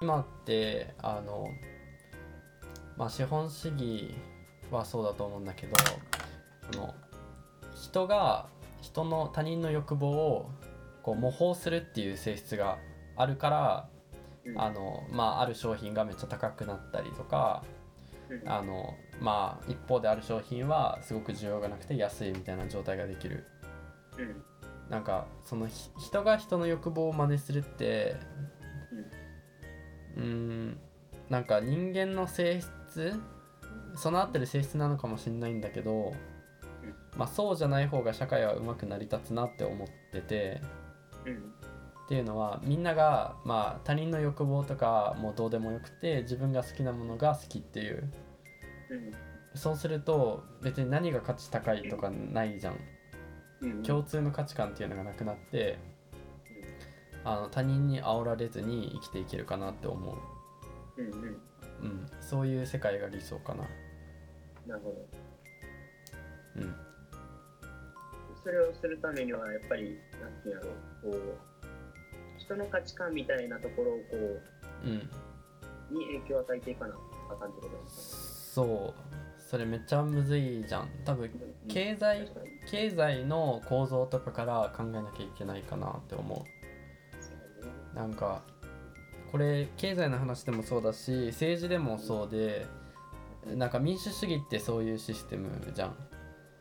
今ってあの、まあ、資本主義はそうだと思うんだけどあの人が人の他人の欲望をこう模倣するっていう性質があるからうんあの、まあ、ある商品がめっちゃ高くなったりとかうんあの、まあ、一方である商品はすごく需要がなくて安いみたいな状態ができるうんなんかそのひ人が人の欲望を真似するってうーんなんか人間の性質備わってる性質なのかもしれないんだけど、まあ、そうじゃない方が社会はうまく成り立つなって思っててうんっていうのはみんなが、まあ、他人の欲望とかもうどうでもよくて自分が好きなものが好きっていううんそうすると別に何が価値高いとかないじゃんうん共通の価値観っていうのがなくなってあの他人に煽られずに生きていけるかなって思う、うんうんうん、そういう世界が理想かななるほどうんそれをするためにはやっぱりなんていうんだろうこう人の価値観みたいなところをこうんうに影響を与えていかなあかんってことなんですそうそれめっちゃむずいじゃん多分かね経済確かに経済の構造とかから考えなきゃいけないかなって思そうだねうなんかこれ経済の話でもそうだし政治でもそうでなんか民主主義ってそういうシステムじゃん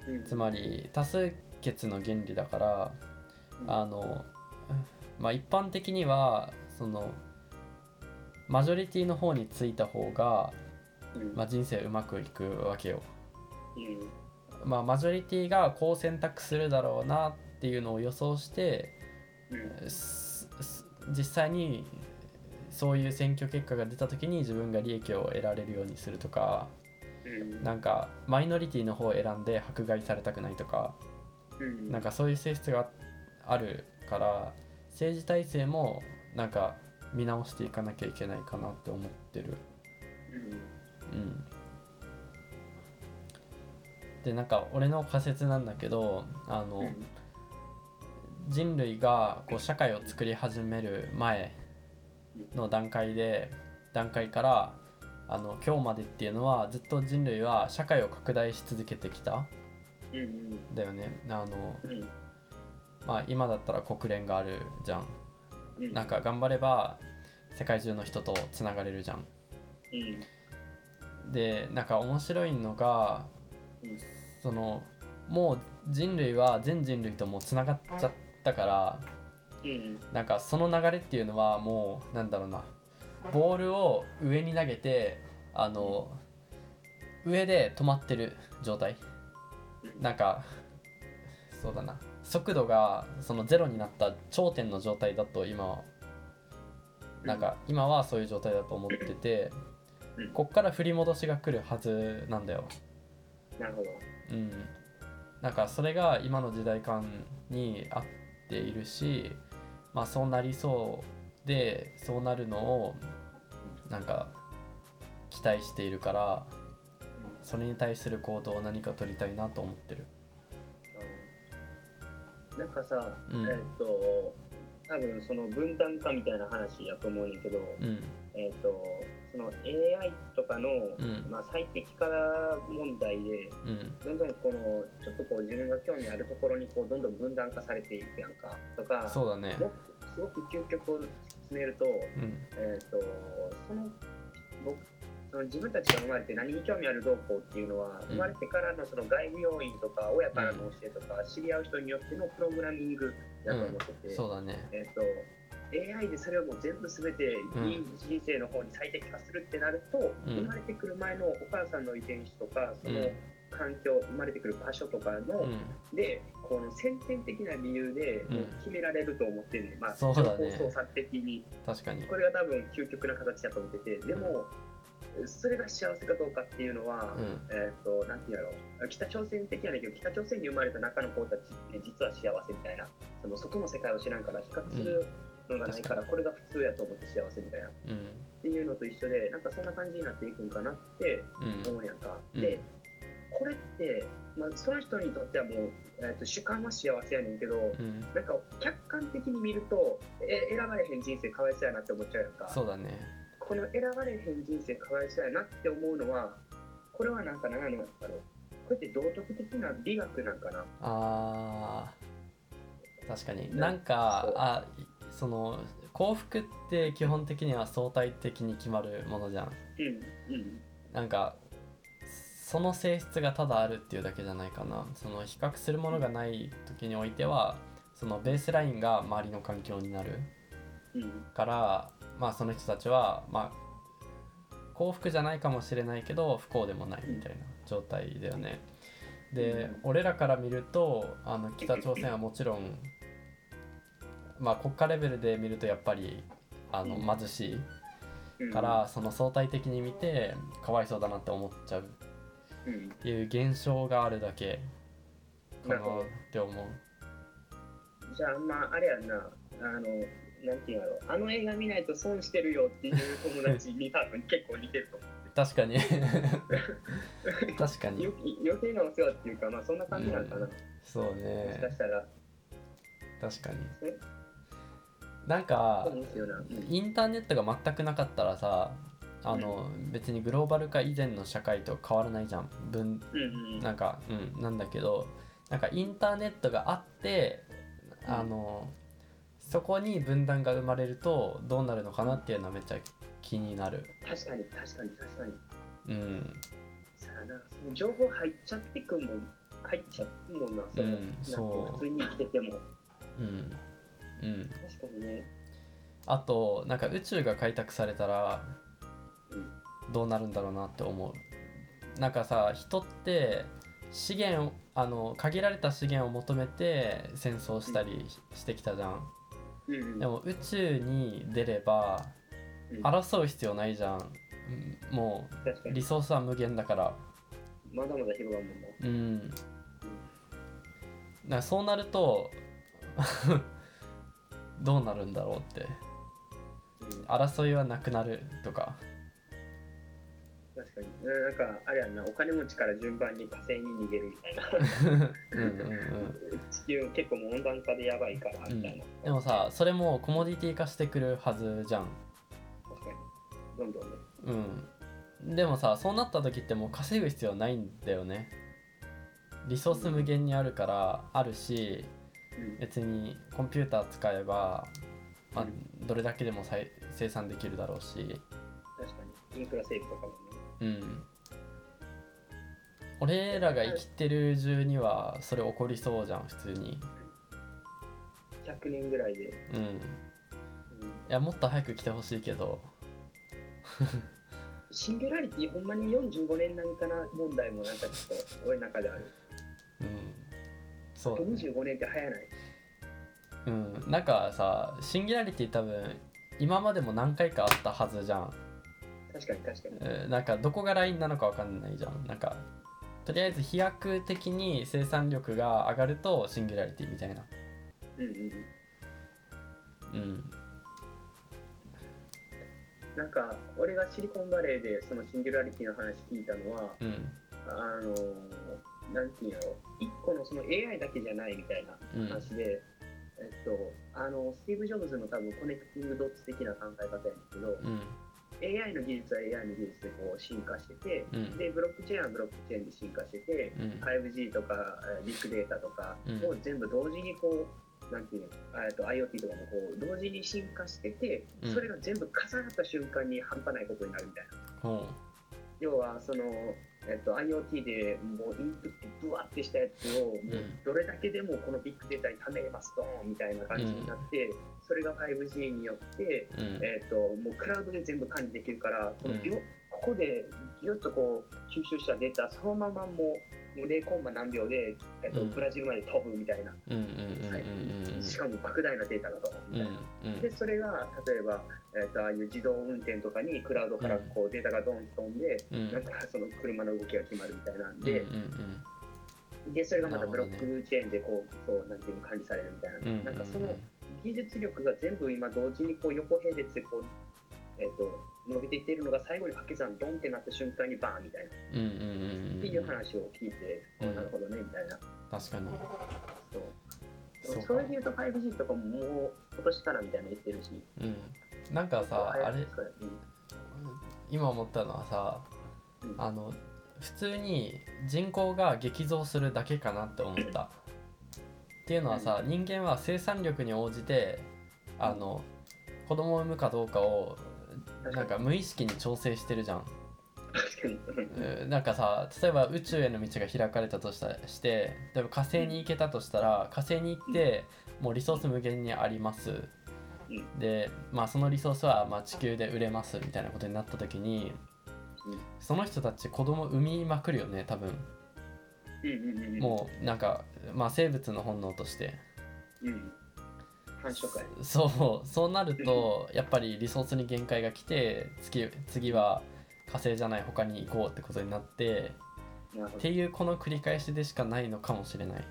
うんつまり多数決の原理だからうんあのまあ一般的にはそのマジョリティの方についた方が、うんまあ、人生うまくいくわけよ。うんまあ、マジョリティがこう選択するだろうなっていうのを予想してうんすす実際にそういう選挙結果が出た時に自分が利益を得られるようにするとかうんなんかマイノリティの方を選んで迫害されたくないとかうんなんかそういう性質があるから政治体制もなんか見直していかなきゃいけないかなって思ってる。ううんん、でなんか俺の仮説なんだけどあの、うん人類がこう社会を作り始める前の段階で段階からあの今日までっていうのはずっと人類は社会を拡大し続けてきたんうんだよね。あのうんまあ、今だったら国連があるじゃん。うんなんか頑張れば世界中の人とつながれるじゃん。うんでなんか面白いのがうんそのもう人類は全人類ともうつながっちゃったからうんなんかその流れっていうのはもうなんだろうなボールを上に投げてあの上で止まってる状態なんかそうだな速度がそのゼロになった頂点の状態だと今はなんか今はそういう状態だと思っててうんこっから振り戻しが来るはずなんだよ。なるほどうん、なんかそれが今の時代感に合っているし、まあ、そうなりそうでそうなるのをなんか期待しているからそれに対する行動を何か取りたいなと思ってる。うんなんかさうんえっと多分その分断化みたいな話やと思うんやけどうんえっとその AI とかのうんまあ最適化問題でうんどんどんこのちょっとこう自分が興味あるところにこうどんどん分断化されていくやんかとかそうだね。もすごく究極を詰めるとうんえー、とその僕その自分たちが生まれて何に興味あるどうこうっていうのは、ん生まれてからのその外部要因とか親からの教えとか、知り合う人によってのプログラミングだと思ってて、そうだね。えー、と AI でそれをもう全部全てん人人生の方に最適化するってなると、うん生まれてくる前のお母さんの遺伝子とかそうんの環境、生まれてくる場所とかの、うんでこの先天的な理由でうんもう決められると思ってるね、まあ、そうだね情報操作的に。確かに。これが多分究極な形だと思っててでも、それが幸せかどうかっていうのは、うんえっ、となんていうんだろう北朝鮮的やねんけど北朝鮮に生まれた中の子たちって実は幸せみたいなその外の世界を知らんから比較するのがないから、これが普通やと思って幸せみたいなっうんていうのと一緒でなんかそんな感じになっていくんかなってうん思うやんか。うんでこれって、まあ、その人にとってはもう、えー、と主観は幸せやねんけど、うんなんか客観的に見るとえ選ばれへん人生かわいそうやなって思っちゃうやんか。そうだね。この選ばれへん人生かわいそうやなって思うのはこれはなんか何やろうこれって道徳的な美学なんかなあー確かにねなんかそうあその幸福って基本的には相対的に決まるものじゃんうんうんなんかその性質がただあるっていうだけじゃないかなその比較するものがない時においてはそのベースラインが周りの環境になるうんからまあその人たちはまあ幸福じゃないかもしれないけど不幸でもないみたいな状態だよね。でうん俺らから見るとあの北朝鮮はもちろんまあ国家レベルで見るとやっぱりあのうん貧しいうんからその相対的に見てかわいそうだなって思っちゃうっうんていう現象があるだけかななるほどって思う。じゃああんまあれやんなあのなんていうんやろあの映画見ないと損してるよっていう友達に多分結構似てると思う確かに確かによ余計なお世話っていうかまあそんな感じなんかな、もそうしねかしたら確かにえなんかそうですよな、うんインターネットが全くなかったらさあの、別にグローバル化以前の社会と変わらないじゃん分うんうんなんかうんなんだけどなんかインターネットがあってうんあの、そこに分断が生まれるとどうなるのかなっていうのはめっちゃ気になる確かに確かに確かにうんさあなその情報入っちゃってくんもん入っちゃうもんなその、うんなんかそう普通に生きててもうんうん確かにねあとなんか宇宙が開拓されたらうんどうなるんだろうなって思うなんかさ人って資源をあの限られた資源を求めて戦争したりしてきたじゃん、うんうんでも宇宙に出ればうん争う必要ないじゃん、うんも確かうにリソースは無限だからまだまだ広がるもんなうんなそうなると どうなるんだろうってうん争いはなくなるとか確かにうんなんかあれやんなお金持ちから順番に火星に逃げるみたいなうんうんうん地球結構もう温暖化でやばいからみたいな、でもさそれもコモディティ化してくるはずじゃん確かにどんどんねうんでもさそうなった時ってもう稼ぐ必要ないんだよねリソース無限にあるからあるしうん別にコンピューター使えば、まあう、どれだけでも再生産できるだろうし確かにインフラ整備とかもねうん俺らが生きてる中にはそれ起こりそうじゃん普通に100年ぐらいで、うんいうんやもっと早く来てほしいけどシンギュラリティほんまに45年なんかな問題もなんかちょっと俺の中であるうんそうだね25年って早ないうん、なんかさシンギュラリティ多分今までも何回かあったはずじゃん、確かに確かにえーなんかどこがラインなのか分かんないじゃんなんかとりあえず飛躍的に生産力が上がるとシンギュラリティみたいなうんううんんなんか俺がシリコンバレーでそのシンギュラリティの話聞いたのはうんあのなんていうんやろ1個のその AI だけじゃないみたいなうん話で、えっと、あのスティーブ・ジョブズの多分コネクティング・ドッツ的な考え方やねんけど、うん AI の技術は AI の技術でこう進化しててうんでブロックチェーンはブロックチェーンで進化しててうん 5G とかえービッグデータとかうんを全部同時にこうなんていうのえーと IoT とかもこう同時に進化しててうんそれが全部重なった瞬間に半端ないことになるみたいな。ほ要はその、えっと、IoT でもうインプットブワってしたやつをもうどれだけでもこのビッグデータに貯めれますドーンみたいな感じになって、それが 5G によって、ううんえっと、もうクラウドで全部管理できるからこのうんよここでぎゅっとこう吸収したデータそのままもうもう0コンマ何秒で、えっとうんブラジルまで飛ぶみたいな、うんうんうんうんはいしかも莫大なデータだとみうんうんうたいんな。でそれが例えば、えっとああいう自動運転とかにクラウドからこうデータがドーンと飛んで、うんうんなんかその車の動きが決まるみたいなんで,、うんうんでそれがまたなブるロほどねックチェーンでこうそうなんていうの管理されるみたいな、うんうんなんかその技術力が全部今同時にこう横並列でこう、えっと伸びていっているのが最後に掛け算ドンってなった瞬間にバーンみたいな、うんうんうんうんっていう話を聞いて、うんなるほどねみたいな確かにそうそうかそれでいうと 5G とかももう今年からみたいなの言ってるしうんなんかさあれうん今思ったのはさうんあの普通に人口が激増するだけかなって思った。っていうのはさ人間は生産力に応じてあの子供を産むかどうかをなんか無意識に調整してるじゃん。確かに。うんなんかさ例えば宇宙への道が開かれたとしたして例えば火星に行けたとしたら火星に行ってもうリソース無限にありますうんで、まあ、そのリソースはまあ地球で売れますみたいなことになった時にうんその人たち子供産みまくるよね多分うんうんうんうん。もうなんか、まあ、生物の本能としてうん。繁殖会。そうそうなるとやっぱりリソースに限界が来て次次は火星じゃない他に行こうってことになってなるほっどていうこの繰り返しでしかないのかもしれない。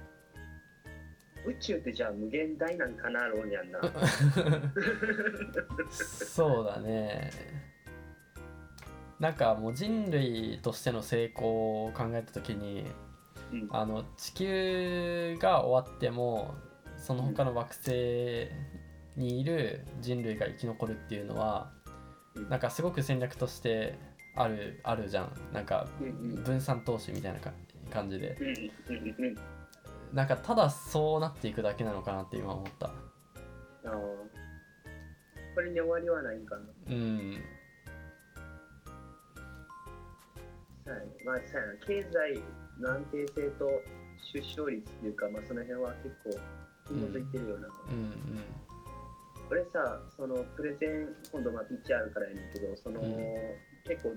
宇宙ってじゃあ無限大なんかな、ローニャン な。そうだねなんかもう人類としての成功を考えた時にうんあの地球が終わってもその他の惑星にいる人類が生き残るっていうのはうんなんかすごく戦略としてあるあるじゃんなんかうんうん分散投資みたいなか感じでうんうんうんうん。なんかただそうなっていくだけなのかなって今思ったああ。これに終わりはないんかな。うんそうやねまあ、そうやな経済の安定性と出生率っていうか、まあ、その辺は結構紐づいてるような。うんうん俺さそのプレゼン今度まあピッチあるからやねんけどその、うん結構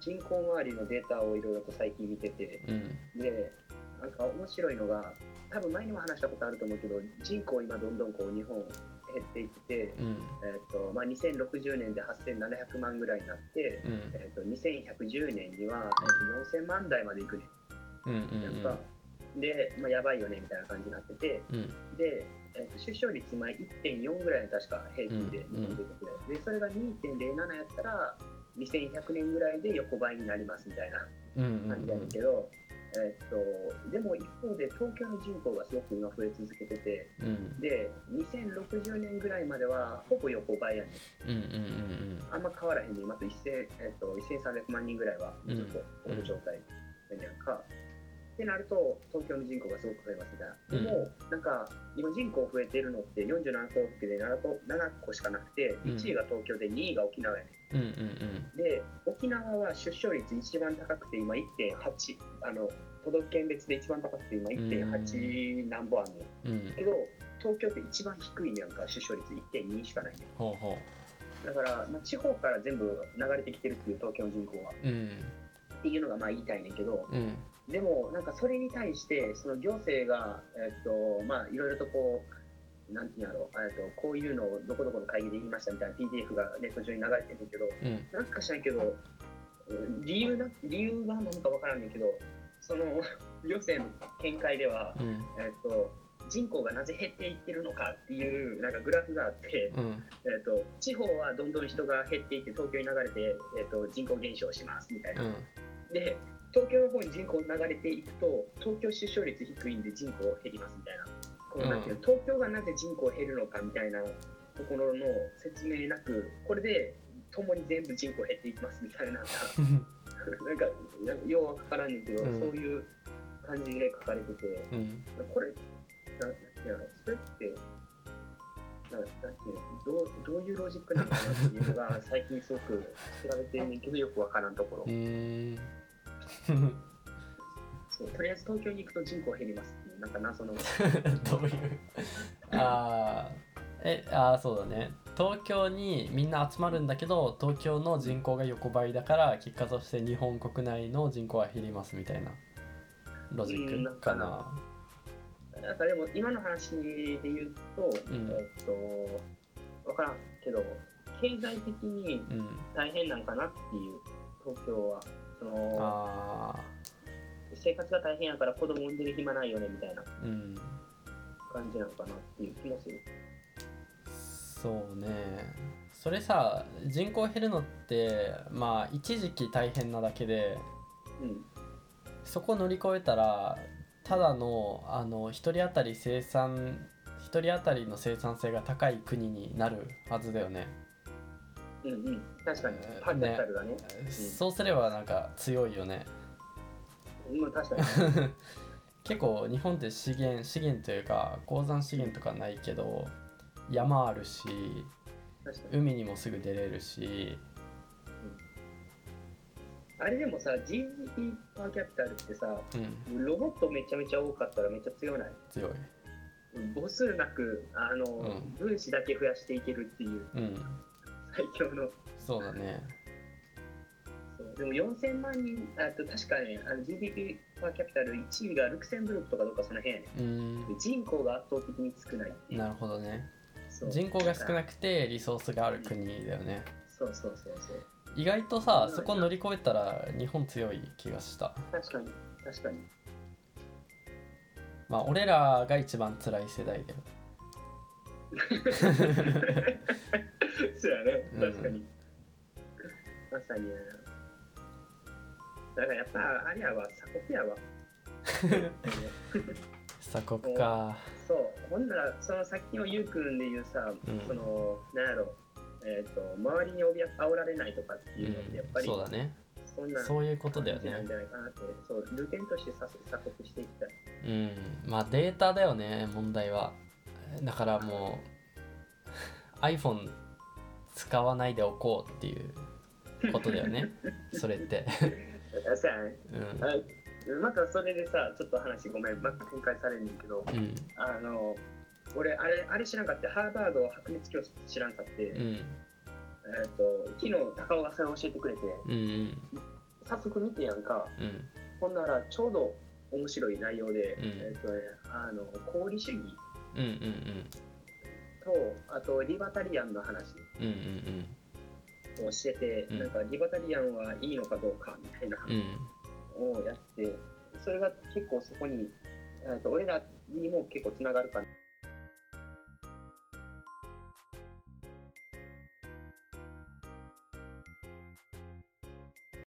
人口周りのデータをいろいろと最近見ててうんでなんか面白いのが多分前にも話したことあると思うけど人口今どんどんこう日本減っていって、うんえっとまあ、2060年で8700万ぐらいになって、うんえっと2110年には、えっと4000万台までいくねうんうんやっぱ、で、まあ、やばいよねみたいな感じになってて。うんうんで、えーと出生率前1.4ぐらいの確か平均でうん日本でいうとこででそれが2.07やったら2100年ぐらいで横ばいになりますみたいなうんうん感じなんだけど、えー、とでも一方で東京の人口がすごく今増え続けててうんうんで2060年ぐらいまではほぼ横ばいやねうんうんあんま変わらへんねまた1000、えー、と1300万人ぐらいはずっとおる状態やねんか。ってなると東京の人口がすごく増えますみたいな。でも、なんか今人口増えてるのって47都道府県で 7, と7個しかなくてうん1位が東京で2位が沖縄やねうんうんうんん。で沖縄は出生率一番高くて今1.8あの都道府県別で一番高くて今1.8何本あんねんうんうんけど東京って一番低いねやんか出生率1.2しかないねん。ほうほだから、まあ、地方から全部流れてきてるっていう東京の人口はううんっていうのがまあ言いたいねんけどうんでもなんかそれに対してその行政がえっとまあいろいろとこうなんていうんやろえっとこういうのをどこどこの会議で言いましたみたいな PDF がネット上に流れてるけどうんなんか知らんけどうん理由な理由が何かわからんねんけどその行政の見解ではうんえっと人口がなぜ減っていってるのかっていうなんかグラフがあって。うんえー、と地方はどんどん人が減っていって東京に流れて、えー、と人口減少しますみたいな、うんで東京の方に人口流れていくと東京出生率低いんで人口減りますみたいなこうなんていうの東京がなぜ人口減るのかみたいなところの説明なくこれで共に全部人口減っていきますみたいななんかなんかようはかからんねんけど、うんそういう感じで書かれてて。うんこれ、ななんていうの、それって、ななんていうのどう、どういうロジックなのかなっていうのが、最近すごく調べてるんねんけど、よくわからんところう。んそうとりあえず東京に行くと人口減りますっていう、なんか謎の。どういうあーえあーそうだね東京にみんな集まるんだけど東京の人口が横ばいだから結果として日本国内の人口は減りますみたいなロジックかななんかでも、今の話で言うと、うんえっと、わからんけど、経済的にうん大変なんかなっていう、東京は。そのあ生活が大変やから子供産んでる暇ないよねみたいなーうん感じなのかなっていう気もする。そうねそれさ人口減るのってまあ一時期大変なだけでうん。そこ乗り越えたらただのあの1人当たり生産1人当たりの生産性が高い国になるはずだよねうんうん、確かにね。パンダタルだね。そうすればなんか強いよねうん、確か に。結構日本って資源資源というか鉱山資源とかないけど山あるし確かに。海にもすぐ出れるしあれでもさ、GDP パーキャピタルってさ、うんロボットめちゃめちゃ多かったらめっちゃ強ない強い母数なく、あの、うん分子だけ増やしていけるっていう うん最強の。そうだねそうでも4000万人、あと確かね、あの GDP パーキャピタル1位がルクセンブルクとかどっかその辺やね。うーん人口が圧倒的に少ないっていう。なるほどねそう人口が少なくてリソースがある国だよねそうそうそうそう。意外とさそこ乗り越えたら日本強い気がした確かに、確かに。まあ俺らが一番辛い世代 だよそうやね、うん確かに。まさにやな。だからやっぱ、あれやわ、鎖 国やわ。鎖国かそう、ほんなら、そのさっきのゆうくんで言うさ、うんその、なんやろ、えっ、と、周りにおびや煽られないとかっていうのって、やっぱり、そうだねそんなそういうことだよ感じなんねじゃないかなって、そう、ルテンとしてさ鎖国していきたい。うんまあデータだよね問題はだからもう iPhone 使わないでおこうっていうことだよねそれ って、あそうやね。うんあなんかそれでさ、ちょっと話ごめん、また展開されんねんけど、うんあの俺あれあれ知らんかってハーバード白熱教室知らんかって、うえんー、と昨日高尾がそれ教えてくれてうんうん早速見てやんかうんほんならちょうど面白い内容で、うんえっとね、あの功利主義うんうんとあとリバタリアンの話うんうんうんをしてて、うんなんかリバタリアンはいいのかどうかみたいなうんうんのをやってそれが結構そこに、えー、と俺らにも結構つながるかな